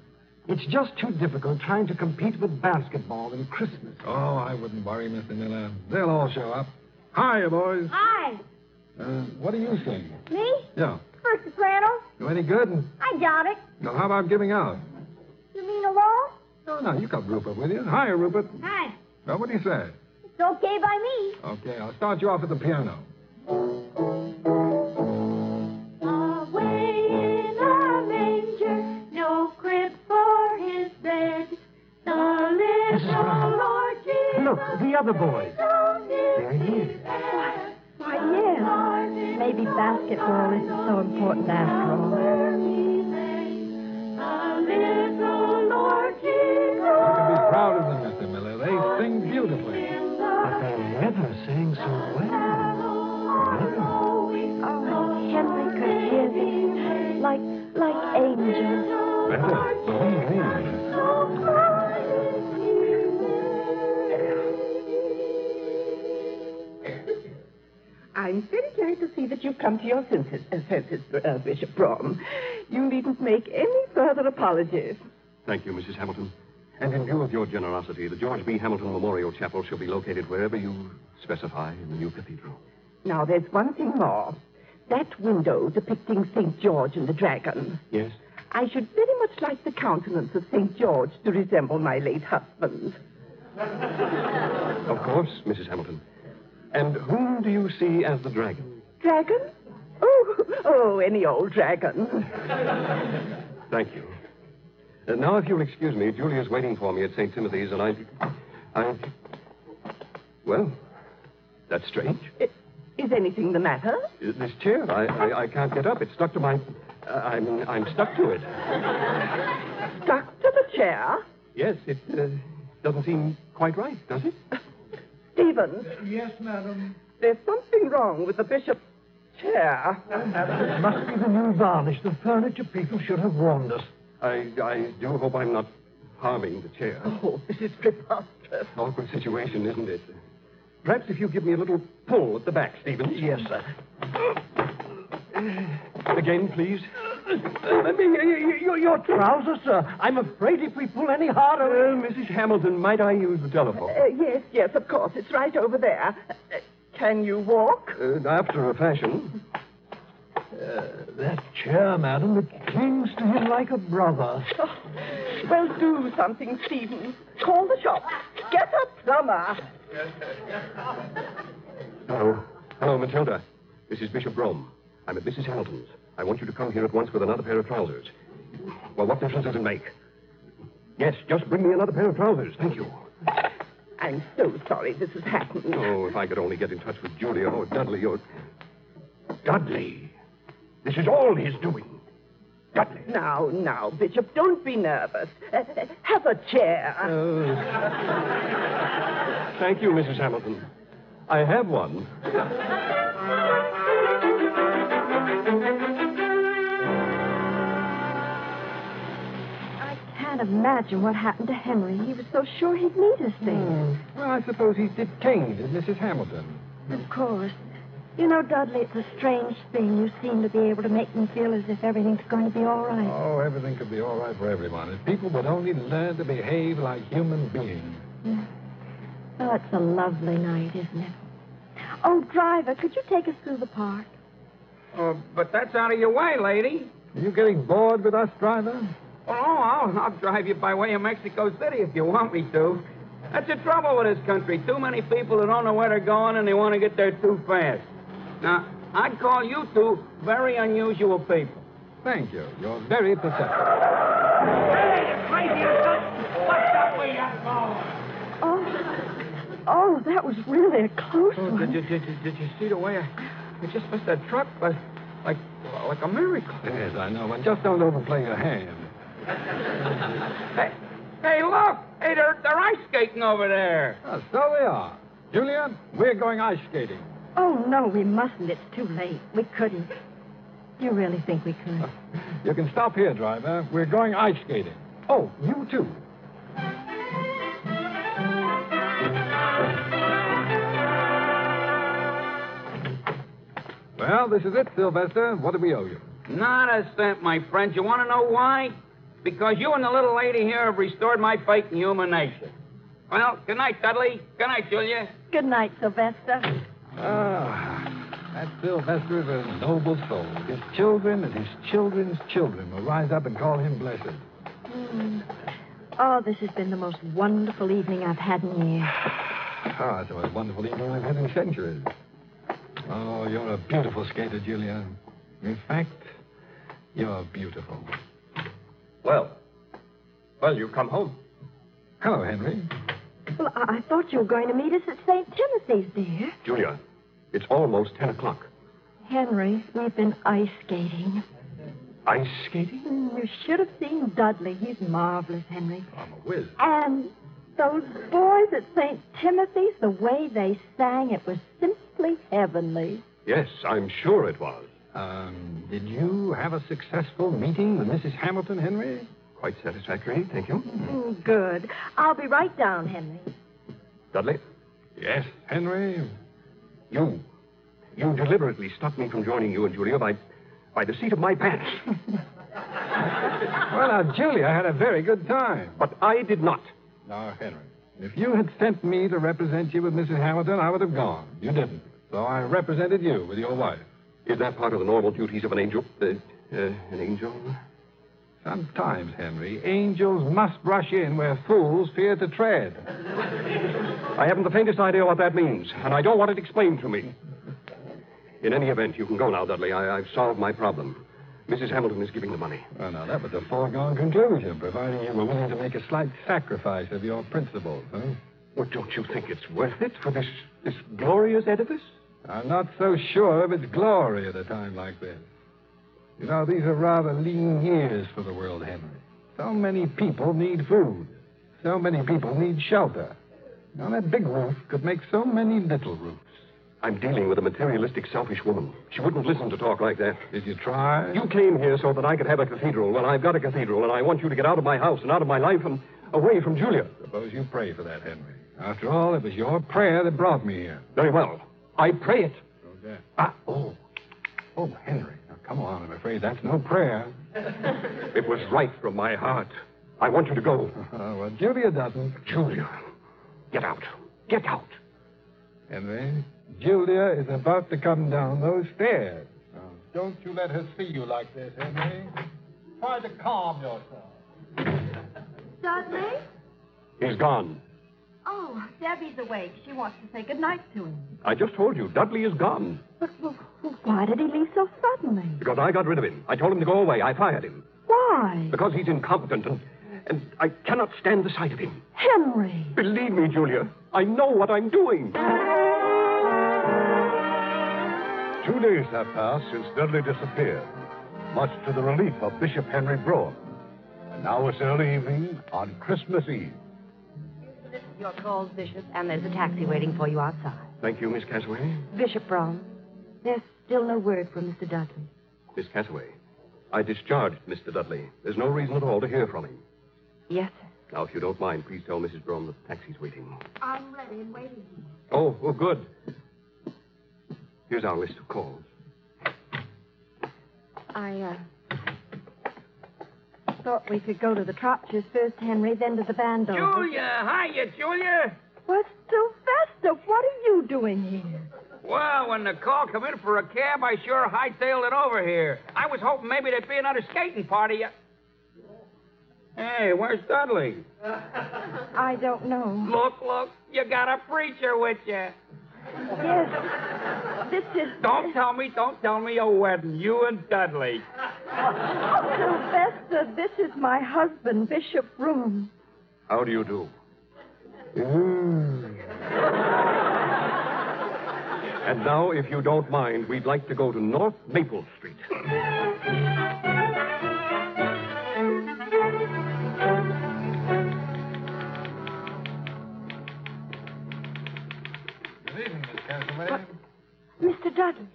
[SPEAKER 11] It's just too difficult trying to compete with basketball and Christmas.
[SPEAKER 5] Oh, I wouldn't worry, Mr. Miller. They'll all show up. Hiya, boys.
[SPEAKER 10] Hi.
[SPEAKER 5] Uh, what do you think?
[SPEAKER 10] Me?
[SPEAKER 5] Yeah.
[SPEAKER 10] First soprano?
[SPEAKER 5] You any good?
[SPEAKER 10] I doubt it.
[SPEAKER 5] Now, how about giving out?
[SPEAKER 10] You mean alone?
[SPEAKER 5] No, no, you got Rupert with you. Hiya, Rupert.
[SPEAKER 10] Hi.
[SPEAKER 5] Well, what do you say?
[SPEAKER 10] It's okay by me.
[SPEAKER 5] Okay, I'll start you off at the piano.
[SPEAKER 8] Away in a manger, no crib for his bed. The little Lord Jesus.
[SPEAKER 11] Look, the other boys. There he is.
[SPEAKER 4] Why, yes. Maybe basketball isn't so important after all.
[SPEAKER 5] You can be proud of them, Mr. Miller. They sing beautifully.
[SPEAKER 11] But they never sang so well.
[SPEAKER 4] Oh, if Henry could hear them. Like, like angels.
[SPEAKER 5] Better. Believe me.
[SPEAKER 11] I'm very glad to see that you've come to your senses, uh, senses uh, Bishop Brougham. You needn't make any further apologies.
[SPEAKER 6] Thank you, Mrs. Hamilton. And in view of your generosity, the George B. Hamilton Memorial Chapel shall be located wherever you specify in the new cathedral.
[SPEAKER 11] Now, there's one thing more. That window depicting St. George and the dragon.
[SPEAKER 6] Yes?
[SPEAKER 11] I should very much like the countenance of St. George to resemble my late husband.
[SPEAKER 6] Of course, Mrs. Hamilton. And whom do you see as the dragon?
[SPEAKER 11] Dragon? Oh, oh, any old dragon.
[SPEAKER 6] Thank you. Uh, now, if you'll excuse me, Julia's waiting for me at St. Timothy's, and I. I. Well, that's strange.
[SPEAKER 11] Is anything the matter?
[SPEAKER 6] Uh, This chair, I, I, I can't get up. It's stuck to my. Uh, I'm, I'm stuck to it.
[SPEAKER 11] Stuck to the chair?
[SPEAKER 6] Yes, it uh, doesn't seem quite right, does it?
[SPEAKER 11] Stevens,
[SPEAKER 5] Yes, madam.
[SPEAKER 11] there's something wrong with the bishop's chair. Uh,
[SPEAKER 5] Madam.
[SPEAKER 11] Must be the new varnish. The furniture people should have warned us.
[SPEAKER 6] I, I do hope I'm not harming the chair.
[SPEAKER 11] Oh, this is preposterous.
[SPEAKER 6] Awkward situation, isn't it? Perhaps if you give me a little pull at the back, Stevens. Yes, sir.
[SPEAKER 5] Hmm.
[SPEAKER 6] Again, please. Let Uh, me. Your, your trousers, sir. I'm afraid if we pull any harder. Well, Mrs. Hamilton, might I use the telephone?
[SPEAKER 11] Uh, yes, yes, of course. It's right over there. Uh, can you walk?
[SPEAKER 6] Uh, after a fashion.
[SPEAKER 11] Uh, That chair, madam, it clings to him like a brother. well, do something, Stephen. Call the shop. Get a plumber.
[SPEAKER 6] Hello. Hello, Matilda. This is Bishop Brougham. I'm at Mrs. Hamilton's. I want you to come here at once with another pair of trousers. Well, what difference does it make? Yes, just bring me another pair of trousers. Thank you.
[SPEAKER 11] I'm so Oh, sorry this has happened.
[SPEAKER 6] Oh, if I could only get in touch with Julia or Dudley or. Dudley! This is all his doing. Dudley.
[SPEAKER 11] Now, now, Bishop, don't be nervous. Uh, uh, have a chair. Oh.
[SPEAKER 6] Thank you, Mrs. Hamilton. I have one.
[SPEAKER 4] I can't imagine what happened to Henry. He was so sure he'd meet us there.
[SPEAKER 5] Well, I suppose he's detained at Mrs. Hamilton.
[SPEAKER 4] Of course. You know, Dudley, it's a strange thing. You seem to be able to make me feel as if everything's going to be all right.
[SPEAKER 5] Oh, everything could be all right for everyone if people would only learn to behave like human beings.
[SPEAKER 4] Oh, it's a lovely night, isn't it? Oh, driver, could you take us through the park?
[SPEAKER 12] Oh, but that's out of your way, lady.
[SPEAKER 5] Are you getting bored with us, driver?
[SPEAKER 12] Oh, I'll, I'll drive you by way of Mexico City if you want me to. That's the trouble with this country. Too many people who don't know where they're going and they want to get there too fast. Now, I'd call you two very unusual people.
[SPEAKER 5] Thank you. You're very perceptive.
[SPEAKER 4] Oh, that was really a close
[SPEAKER 12] Oh, did, you, did, you, did you see the way I, I just missed that truck? Like, like, like a miracle.
[SPEAKER 5] Yes, I know, but just don't overplay your hand.
[SPEAKER 12] Hey, hey, look! Hey, they're, they're ice skating over there.
[SPEAKER 5] Oh, so we are. Julia, we're going ice skating.
[SPEAKER 4] Oh, no, we mustn't. It's too late. We couldn't. You really think we could?
[SPEAKER 5] You can stop here, driver. We're going ice skating. Oh, you too. Well, this is it, Sylvester. What do we owe you?
[SPEAKER 12] Not a cent, my friend. You want to know why? Because you and the little lady here have restored my faith in human nature. Well, good night, Dudley. Good night, Julia.
[SPEAKER 4] Good night, Sylvester.
[SPEAKER 5] Ah, that Sylvester is a noble soul. His children and his children's children will rise up and call him blessed.
[SPEAKER 4] Hmm. Oh, this has been the most wonderful evening I've had in years.
[SPEAKER 5] Ah, it's the most wonderful evening I've had in centuries. Oh, you're a beautiful skater, Julia. In fact, you're beautiful.
[SPEAKER 6] Well. Well, you've come home.
[SPEAKER 5] Hello, Henry.
[SPEAKER 4] Well, I, I thought you were going to meet us at St. Timothy's, dear.
[SPEAKER 6] Julia, it's almost 10 o'clock.
[SPEAKER 4] Henry, we've been ice skating.
[SPEAKER 6] Ice skating?
[SPEAKER 4] Mm, You should have seen Dudley. He's marvelous, Henry.
[SPEAKER 5] I'm a whiz.
[SPEAKER 4] And those boys at St. Timothy's, the way they sang, it was simply heavenly.
[SPEAKER 6] Yes, I'm sure it was.
[SPEAKER 5] Um, did you have a successful meeting with Mrs. Hamilton, Henry?
[SPEAKER 6] Quite satisfactory, thank you.
[SPEAKER 4] Mm, good. I'll be right down, Henry.
[SPEAKER 6] Dudley?
[SPEAKER 5] Yes, Henry.
[SPEAKER 6] You. You deliberately stopped me from joining you and Julia by, by the seat of my pants.
[SPEAKER 5] Well, now, Julia had a very good time.
[SPEAKER 6] But I did not.
[SPEAKER 5] Now, Henry, if you had sent me to represent you with Mrs. Hamilton, I would have gone. You didn't. So I represented you with your wife.
[SPEAKER 6] Is that part of the normal duties of an angel? Uh, uh, an angel?
[SPEAKER 5] Sometimes, Henry, angels must rush in where fools fear to tread.
[SPEAKER 6] I haven't the faintest idea what that means, and I don't want it explained to me. In any event, you can go now, Dudley. I, I've solved my problem. Mrs. Hamilton is giving the money.
[SPEAKER 5] Well, now, that was a foregone conclusion, providing you were willing to make a slight sacrifice of your principles, huh?
[SPEAKER 6] Well, don't you think it's worth it for this, this glorious edifice?
[SPEAKER 5] I'm not so sure of its glory at a time like this. You know, these are rather lean years for the world, Henry. So many people need food. So many people need shelter. Now, that big roof could make so many little roofs.
[SPEAKER 6] I'm dealing with a materialistic, selfish woman. She wouldn't listen to talk like that.
[SPEAKER 5] Did you try?
[SPEAKER 6] You came here so that I could have a cathedral. Well, I've got a cathedral, and I want you to get out of my house and out of my life and away from Julia.
[SPEAKER 5] Suppose you pray for that, Henry. After all, it was your prayer that brought me here.
[SPEAKER 6] Very well. I pray it.
[SPEAKER 5] Okay.
[SPEAKER 6] Ah, oh,
[SPEAKER 5] Oh, Henry, now come on. I'm afraid that's no prayer.
[SPEAKER 6] it was right from my heart. I want you to go.
[SPEAKER 5] Uh, well, Julia doesn't.
[SPEAKER 6] Julia, get out. Get out.
[SPEAKER 5] Henry, Julia is about to come down those stairs. Now, don't you let her see you like this, Henry. Try to calm yourself.
[SPEAKER 9] Dudley?
[SPEAKER 6] He's gone.
[SPEAKER 9] Oh, No, Debbie's awake. She wants to say goodnight to him.
[SPEAKER 6] I just told you, Dudley is gone.
[SPEAKER 9] Why did he leave so suddenly?
[SPEAKER 6] Because I got rid of him. I told him to go away. I fired him.
[SPEAKER 9] Why?
[SPEAKER 6] Because he's incompetent and, and I cannot stand the sight of him.
[SPEAKER 9] Henry.
[SPEAKER 6] Believe me, Julia, I know what I'm doing.
[SPEAKER 2] Two days have passed since Dudley disappeared, much to the relief of Bishop Henry Brougham. And now it's early evening on Christmas Eve.
[SPEAKER 7] Your call's Bishop, and there's a taxi waiting for you outside.
[SPEAKER 6] Thank you, Miss Cassaway.
[SPEAKER 7] Bishop Brougham, there's still no word from Mr. Dudley.
[SPEAKER 6] Miss Cassaway, I discharged Mr. Dudley. There's no reason at all to hear from him.
[SPEAKER 7] Yes,
[SPEAKER 6] Now, if you don't mind, please tell Mrs. Brougham that the taxi's waiting.
[SPEAKER 9] I'm ready and waiting.
[SPEAKER 6] Oh, oh, good. Here's our list of calls.
[SPEAKER 4] I, uh, thought we could go to the Tropchers first, Henry, then to the Vandals.
[SPEAKER 12] Julia, hiya, Julia.
[SPEAKER 4] Well, Sylvester, what are you doing here?
[SPEAKER 12] Well, when the call come in for a cab, I sure hightailed it over here. I was hoping maybe there'd be another skating party. Hey, where's Dudley?
[SPEAKER 4] I don't know.
[SPEAKER 12] Look, look, you got a preacher with you.
[SPEAKER 4] Yes. This is.
[SPEAKER 12] Don't tell me, don't tell me a wedding. You and Dudley.
[SPEAKER 4] Sylvester, this is my husband, Bishop Broom.
[SPEAKER 6] How do you do?
[SPEAKER 2] Mm.
[SPEAKER 6] And now, if you don't mind, we'd like to go to North Maple Street.
[SPEAKER 5] Good evening, Miss Castaway.
[SPEAKER 7] Mr. Dudley.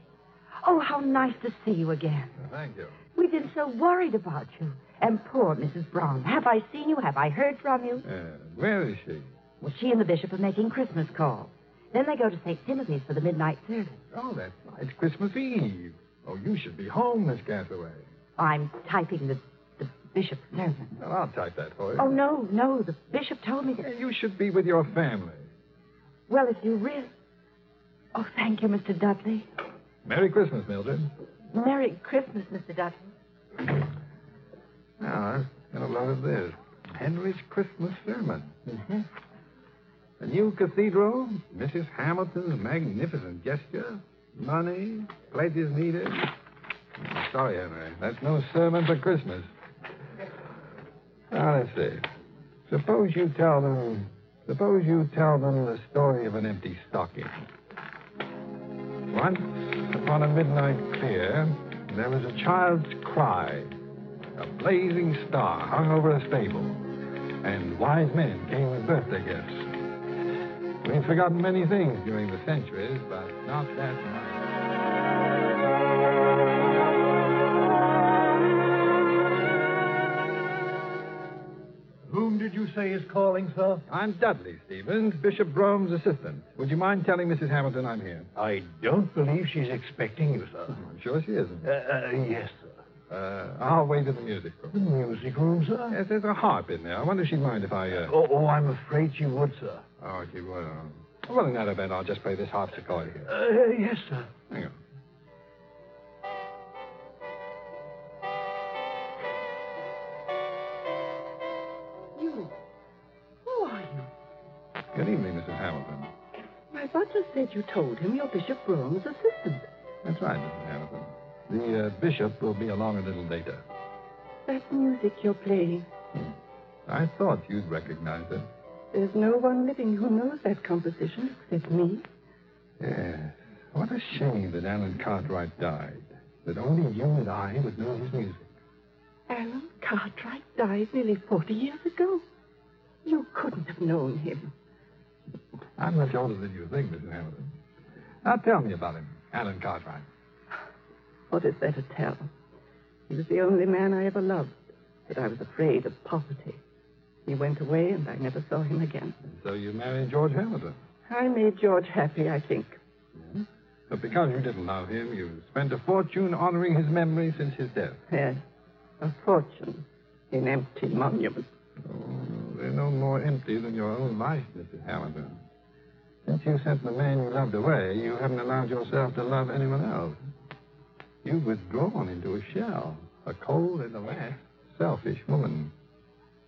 [SPEAKER 7] Oh, how nice to see you again.
[SPEAKER 5] Thank you.
[SPEAKER 7] We've been so worried about you. And poor Mrs. Brown. Have I seen you? Have I heard from you?
[SPEAKER 5] And Uh, where is she?
[SPEAKER 7] Well, she and the bishop are making Christmas calls. Then they go to St. Timothy's for the midnight service.
[SPEAKER 5] Oh, that's right. It's Christmas Eve. Oh, you should be home, Miss Castaway.
[SPEAKER 7] I'm typing the, the bishop's servant.
[SPEAKER 5] Well, I'll type that for you.
[SPEAKER 7] Oh, no, no. The bishop told me that.
[SPEAKER 5] Yeah, you should be with your family.
[SPEAKER 7] Well, if you really. Oh, thank you, Mr. Dudley.
[SPEAKER 5] Merry Christmas, Mildred.
[SPEAKER 7] Merry Christmas, Mr. Dudley.
[SPEAKER 5] Now, I've got a lot of this. Henry's Christmas sermon. Mm-hmm. The new cathedral, Mrs. Hamilton's magnificent gesture, money, pledges needed. Sorry, Henry, that's no sermon for Christmas.
[SPEAKER 2] Ah,
[SPEAKER 5] Now, let's see. Suppose you tell them. Suppose you tell them the story of an empty stocking. Once upon a midnight clear, there was a child's cry. A blazing star hung over a stable, and wise men came with birthday gifts. We've forgotten many things during the centuries, but not that much.
[SPEAKER 3] Whom did you say is calling, sir?
[SPEAKER 5] I'm Dudley Stevens, Bishop Brougham's assistant. Would you mind telling Mrs. Hamilton I'm here?
[SPEAKER 13] I don't believe she's expecting you, sir.
[SPEAKER 5] I'm sure she isn't.
[SPEAKER 13] Uh, uh, yes, sir.
[SPEAKER 5] Uh, I'll wait in the music room.
[SPEAKER 13] The music room, sir?
[SPEAKER 5] Yes, there's a harp in there. I wonder if she'd mind if I, uh...
[SPEAKER 13] Oh, oh, I'm afraid she would, sir.
[SPEAKER 5] Oh, she would. uh, Well, in that event, I'll just play this harpsichord here.
[SPEAKER 13] Uh, yes, sir.
[SPEAKER 5] Hang on.
[SPEAKER 6] Oh,
[SPEAKER 4] You. Who are you?
[SPEAKER 5] Good evening, Mrs. Hamilton.
[SPEAKER 11] My butler said you told him you're Bishop Brougham's assistant.
[SPEAKER 5] That's right, Mrs. Hamilton. The uh, bishop will be along a little later.
[SPEAKER 11] That music you're playing,
[SPEAKER 5] I thought you'd recognize it.
[SPEAKER 11] there's no one living who knows that composition except me.
[SPEAKER 5] Yes. What a shame that Alan Cartwright died. That only you and I would know his music.
[SPEAKER 11] Alan Cartwright died nearly 40 years ago. You couldn't have known him.
[SPEAKER 5] I'm much older than you think, Mrs. Hamilton. Now tell me about him, Alan Cartwright.
[SPEAKER 11] What is there to tell? He was the only man I ever loved, but I was afraid of poverty. He went away, and I never saw him again.
[SPEAKER 5] So you married George Hamilton.
[SPEAKER 11] I made George happy, I think.
[SPEAKER 5] But because you didn't love him, you spent a fortune honoring his memory since his death.
[SPEAKER 11] Yes, a fortune in empty monuments.
[SPEAKER 5] They're no more empty than your own life, Mrs. Hamilton. Since you sent the man you loved away, you haven't allowed yourself to love anyone else. You've withdrawn into a shell, a cold and alas, selfish woman.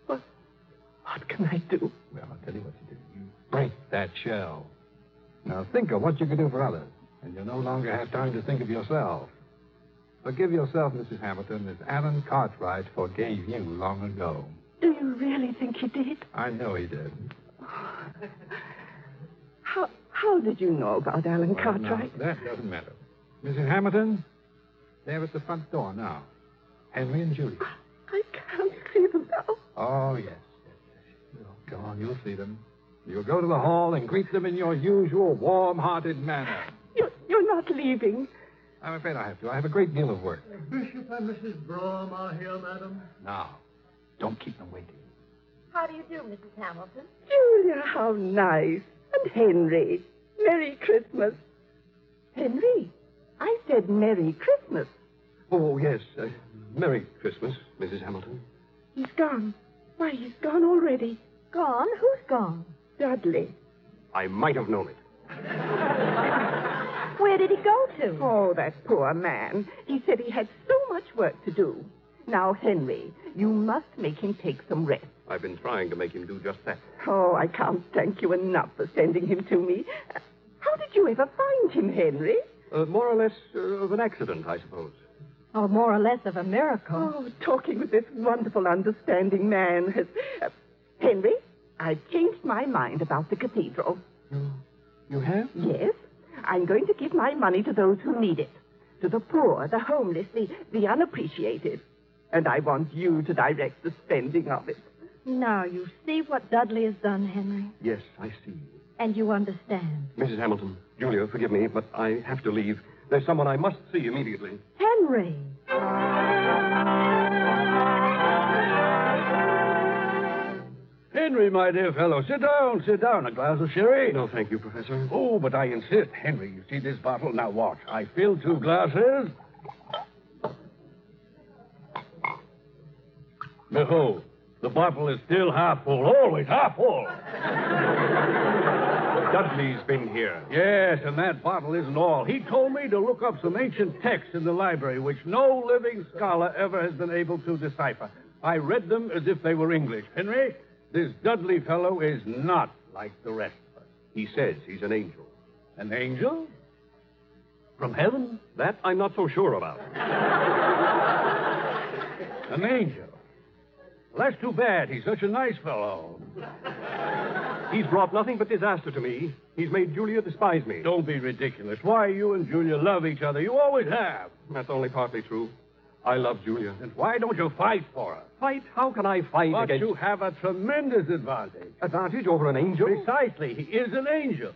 [SPEAKER 11] What can I do?
[SPEAKER 5] Well, I'll tell you what you do. break that shell. Now think of what you can do for others, and you'll no longer have time to think of yourself. Forgive yourself, Mrs. Hamilton, as Alan Cartwright forgave you long ago.
[SPEAKER 11] Do you really think he did?
[SPEAKER 5] I know he did.
[SPEAKER 11] How, how did you know about Alan
[SPEAKER 5] Well, now,
[SPEAKER 11] Cartwright?
[SPEAKER 5] that doesn't matter. Mrs. Hamilton, they're at the front door now. Henry and Judy.
[SPEAKER 11] I can't see them now.
[SPEAKER 5] Oh, yes. yes, yes. Oh, Go on, you'll see them. You'll go to the hall and greet them in your usual warm hearted manner.
[SPEAKER 11] You're, you're not leaving.
[SPEAKER 5] I'm afraid I have to. I have a great deal of work.
[SPEAKER 14] Bishop and Mrs. Brougham are here, madam.
[SPEAKER 5] Now, don't keep them waiting.
[SPEAKER 9] How do you do, Mrs. Hamilton?
[SPEAKER 11] Julia, how nice. And Henry. Merry Christmas. Henry, I said Merry Christmas.
[SPEAKER 2] Oh, yes. Uh, Merry Christmas, Mrs. Hamilton.
[SPEAKER 11] He's gone. Why, he's gone already. Gone? Who's gone? Dudley.
[SPEAKER 2] I might have known it.
[SPEAKER 11] Where did he go to? Oh, that poor man. He said he had so much work to do. Now, Henry, you must make him take some rest.
[SPEAKER 6] I've been trying to make him do just that.
[SPEAKER 11] Oh, I can't thank you enough for sending him to me. Uh, How did you ever find him, Henry?
[SPEAKER 6] Uh, more or less uh, of an accident, I suppose.
[SPEAKER 11] Oh, more or less of a miracle. Oh, talking with this wonderful, understanding man has. Uh, Henry, I've changed my mind about the cathedral.
[SPEAKER 2] You have?
[SPEAKER 11] Yes. I'm going to give my money to those who need it to the poor, the homeless, the, the unappreciated. And I want you to direct the spending of it.
[SPEAKER 4] Now you see what Dudley has done, Henry,
[SPEAKER 2] Yes, I see.
[SPEAKER 4] and you understand.
[SPEAKER 2] Mrs. Hamilton, Julia, forgive me, but I have to leave. There's someone I must see immediately.
[SPEAKER 4] Henry!
[SPEAKER 3] Henry, my dear fellow, sit down, sit down. A glass of sherry?
[SPEAKER 2] No, thank you, Professor.
[SPEAKER 3] Oh, but I insist. Henry, you see this bottle? Now watch. I fill two glasses. Behold, the bottle is still half full, always half full.
[SPEAKER 6] Dudley's been here.
[SPEAKER 3] Yes, and that bottle isn't all. He told me to look up some ancient texts in the library which no living scholar ever has been able to decipher. I read them as if they were English. Henry, this Dudley fellow is not like the rest of us.
[SPEAKER 6] He says he's an angel.
[SPEAKER 3] An angel?
[SPEAKER 6] From heaven? That I'm not so sure about.
[SPEAKER 4] Oh,
[SPEAKER 3] An angel? Well, that's too bad. He's such a nice fellow.
[SPEAKER 6] He's brought nothing but disaster to me. He's made Julia despise me.
[SPEAKER 3] Don't be ridiculous. Why, you and Julia love each other. You always have.
[SPEAKER 6] That's only partly true. I love Julia.
[SPEAKER 3] And why don't you fight for her?
[SPEAKER 6] Fight? How can I fight
[SPEAKER 3] but
[SPEAKER 6] against...
[SPEAKER 3] you have a tremendous advantage.
[SPEAKER 6] Advantage over an angel?
[SPEAKER 3] Precisely. He is an angel.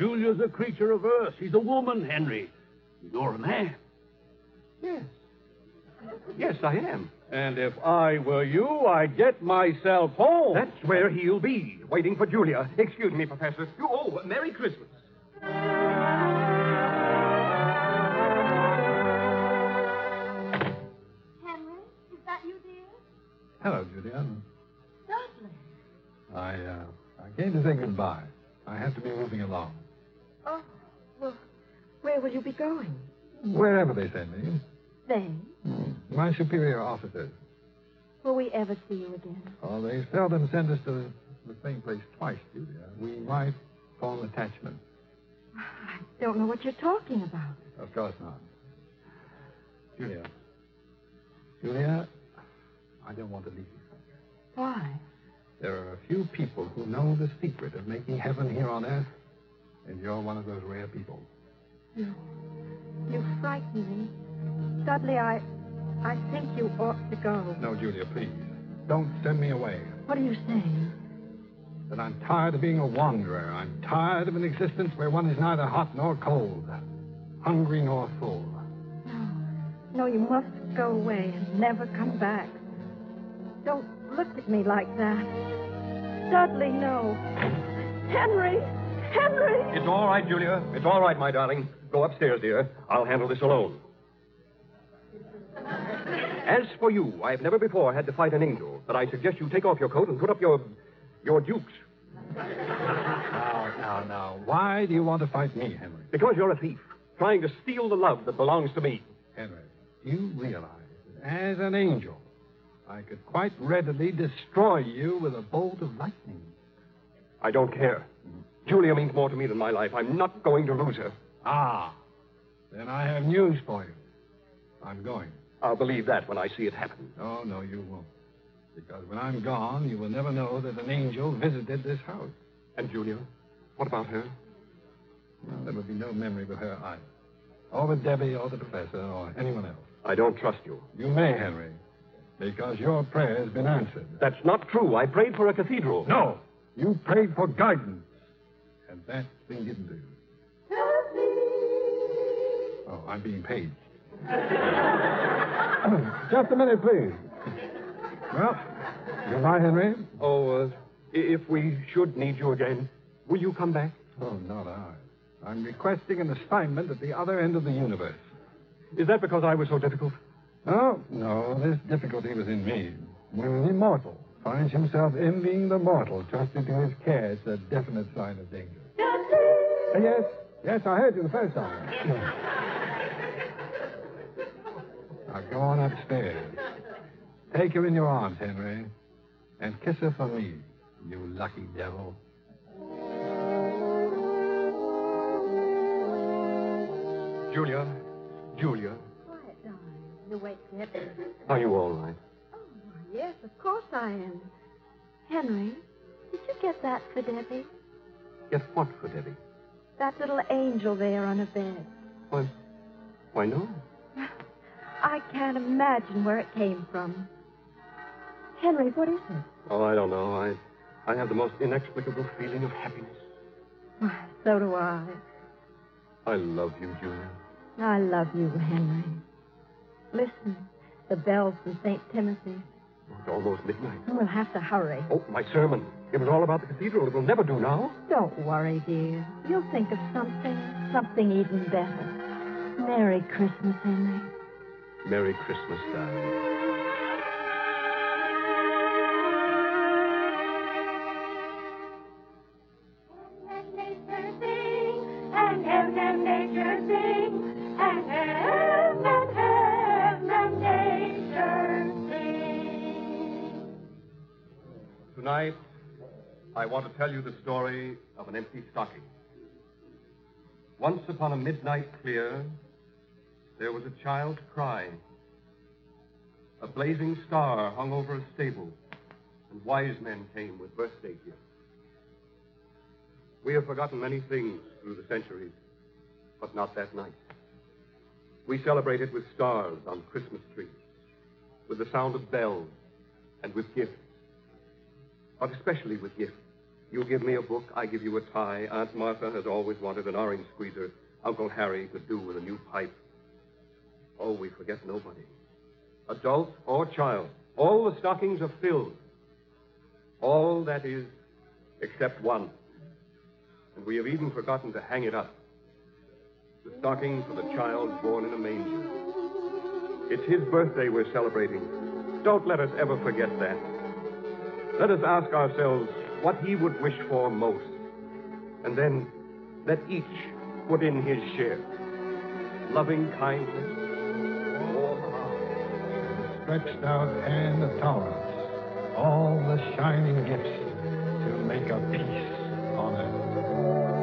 [SPEAKER 3] Julia's a creature of earth. She's a woman, Henry. You're a man.
[SPEAKER 6] Yes. Yes, I am.
[SPEAKER 3] And if I were you, I'd get myself home.
[SPEAKER 6] That's where he'll be, waiting for Julia. Excuse me, Professor. You- Oh, Merry Christmas.
[SPEAKER 8] Henry, is that you, dear?
[SPEAKER 5] Hello, Julia.
[SPEAKER 8] Dudley.
[SPEAKER 5] I, uh, I came to say goodbye. I have to be moving along.
[SPEAKER 4] Oh, well, where will you be going?
[SPEAKER 5] Wherever they send me,
[SPEAKER 4] They?
[SPEAKER 5] my superior officers.
[SPEAKER 4] Will we ever see you again?
[SPEAKER 5] Oh, they seldom send us to the, the same place twice, Julia. We might form attachment.
[SPEAKER 4] Don't know what you're talking about.
[SPEAKER 5] Of course not. Julia. Julia, I don't want to leave you.
[SPEAKER 4] Why?
[SPEAKER 5] There are a few people who know the secret of making heaven here on earth, and you're one of those rare people.
[SPEAKER 4] You, you frighten me. Dudley, I, I think you ought to go.
[SPEAKER 5] No, Julia, please. Don't send me away.
[SPEAKER 4] What are you saying?
[SPEAKER 5] That I'm tired of being a wanderer. I'm tired of an existence where one is neither hot nor cold, hungry nor full.
[SPEAKER 4] No, you must go away and never come back. Don't look at me like that. Dudley, no. Henry! Henry!
[SPEAKER 6] It's all right, Julia. It's all right, my darling. Go upstairs, dear. I'll handle this alone. As for you, I've never before had to fight an angel, but I suggest you take off your coat and put up your your dukes.
[SPEAKER 5] Now, now, now, why do you want to fight me, Henry?
[SPEAKER 6] Because you're a thief, trying to steal the love that belongs to me.
[SPEAKER 5] Henry, do you realize that as an angel, I could quite readily destroy you with a bolt of lightning?
[SPEAKER 6] I don't care. Julia means more to me than my life. I'm not going to lose her.
[SPEAKER 5] Ah, then I have news for you. I'm going.
[SPEAKER 6] I'll believe that when I see it happen.
[SPEAKER 5] No, no, you won't. Because when I'm gone, you will never know that an angel visited this house.
[SPEAKER 6] And Julia? What about her?
[SPEAKER 5] Well, there will be no memory of her either. Or with Debbie, or the professor, or anyone else.
[SPEAKER 6] I don't trust you.
[SPEAKER 5] You may, Henry. Because your prayer has been answered.
[SPEAKER 6] That's not true. I prayed for a cathedral.
[SPEAKER 5] No. You prayed for guidance. And that thing didn't do. Oh, I'm being paid. Just a minute, please. Well, goodbye, Henry.
[SPEAKER 6] Oh, uh, i- if we should need you again, will you come back?
[SPEAKER 5] Oh, not I. I'm requesting an assignment at the other end of the universe.
[SPEAKER 6] Is that because I was so difficult?
[SPEAKER 5] Oh, no, this difficulty was in me. When an immortal finds himself envying the mortal trusted to his care, it's a definite sign of danger. Uh, yes, yes, I heard you the first time. now go on upstairs. Take her in your arms, Henry, and kiss her for me, you lucky devil.
[SPEAKER 6] Julia? Julia?
[SPEAKER 4] Quiet, darling. You waking up.
[SPEAKER 6] Are you all right?
[SPEAKER 4] Yes, of course I am. Henry, did you get that for Debbie?
[SPEAKER 6] Get what for Debbie?
[SPEAKER 4] That little angel there on her bed.
[SPEAKER 6] Why, why no?
[SPEAKER 4] I can't imagine where it came from. Henry, what is it?
[SPEAKER 6] Oh, I don't know. I, I have the most inexplicable feeling of happiness.
[SPEAKER 4] Why, so do I.
[SPEAKER 6] I love you, Julia.
[SPEAKER 4] I love you, Henry. Listen, the bells from St. Timothy.
[SPEAKER 6] It's almost midnight.
[SPEAKER 4] We'll have to hurry.
[SPEAKER 6] Oh, my sermon. It was all about the cathedral. It will never do now.
[SPEAKER 4] Don't worry, dear. You'll think of something, something even better. Merry Christmas, Henry.
[SPEAKER 6] Merry Christmas, darling.
[SPEAKER 8] And heaven and nature sing, and heaven and heaven and nature sing.
[SPEAKER 6] Tonight, I want to tell you the story of an empty stocking. Once upon a midnight clear, there was a child crying. A blazing star hung over a stable, and wise men came with birthday gifts. We have forgotten many things through the centuries, but not that night. We celebrate it with stars on Christmas trees, with the sound of bells, and with gifts. But especially with gifts. You give me a book, I give you a tie. Aunt Martha has always wanted an orange squeezer. Uncle Harry could do with a new pipe. Oh, we forget nobody. Adult or child, all the stockings are filled. All that is, except one. And we have even forgotten to hang it up. The stocking for the child born in a manger. It's his birthday we're celebrating. Don't let us ever forget that. Let us ask ourselves what he would wish for most, and then let each put in his share. Loving kindness,
[SPEAKER 5] stretched out hand of tolerance, all the shining gifts to make a peace on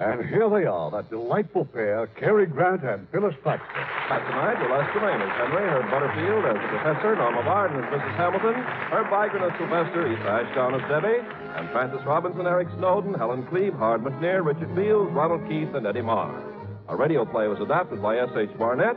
[SPEAKER 2] And here they are, that delightful pair, Cary Grant and Phyllis Thaxter.
[SPEAKER 1] Back tonight, the last remain is Henry, Herb Butterfield as the professor, Norma Barden as Mrs. Hamilton, Herb Bygren as Sylvester, Eva Ashdown as Debbie, and Francis Robinson, Eric Snowden, Helen Cleve, Howard McNair, Richard Fields, Ronald Keith, and Eddie Marr. Our radio play was adapted by S.H. Barnett,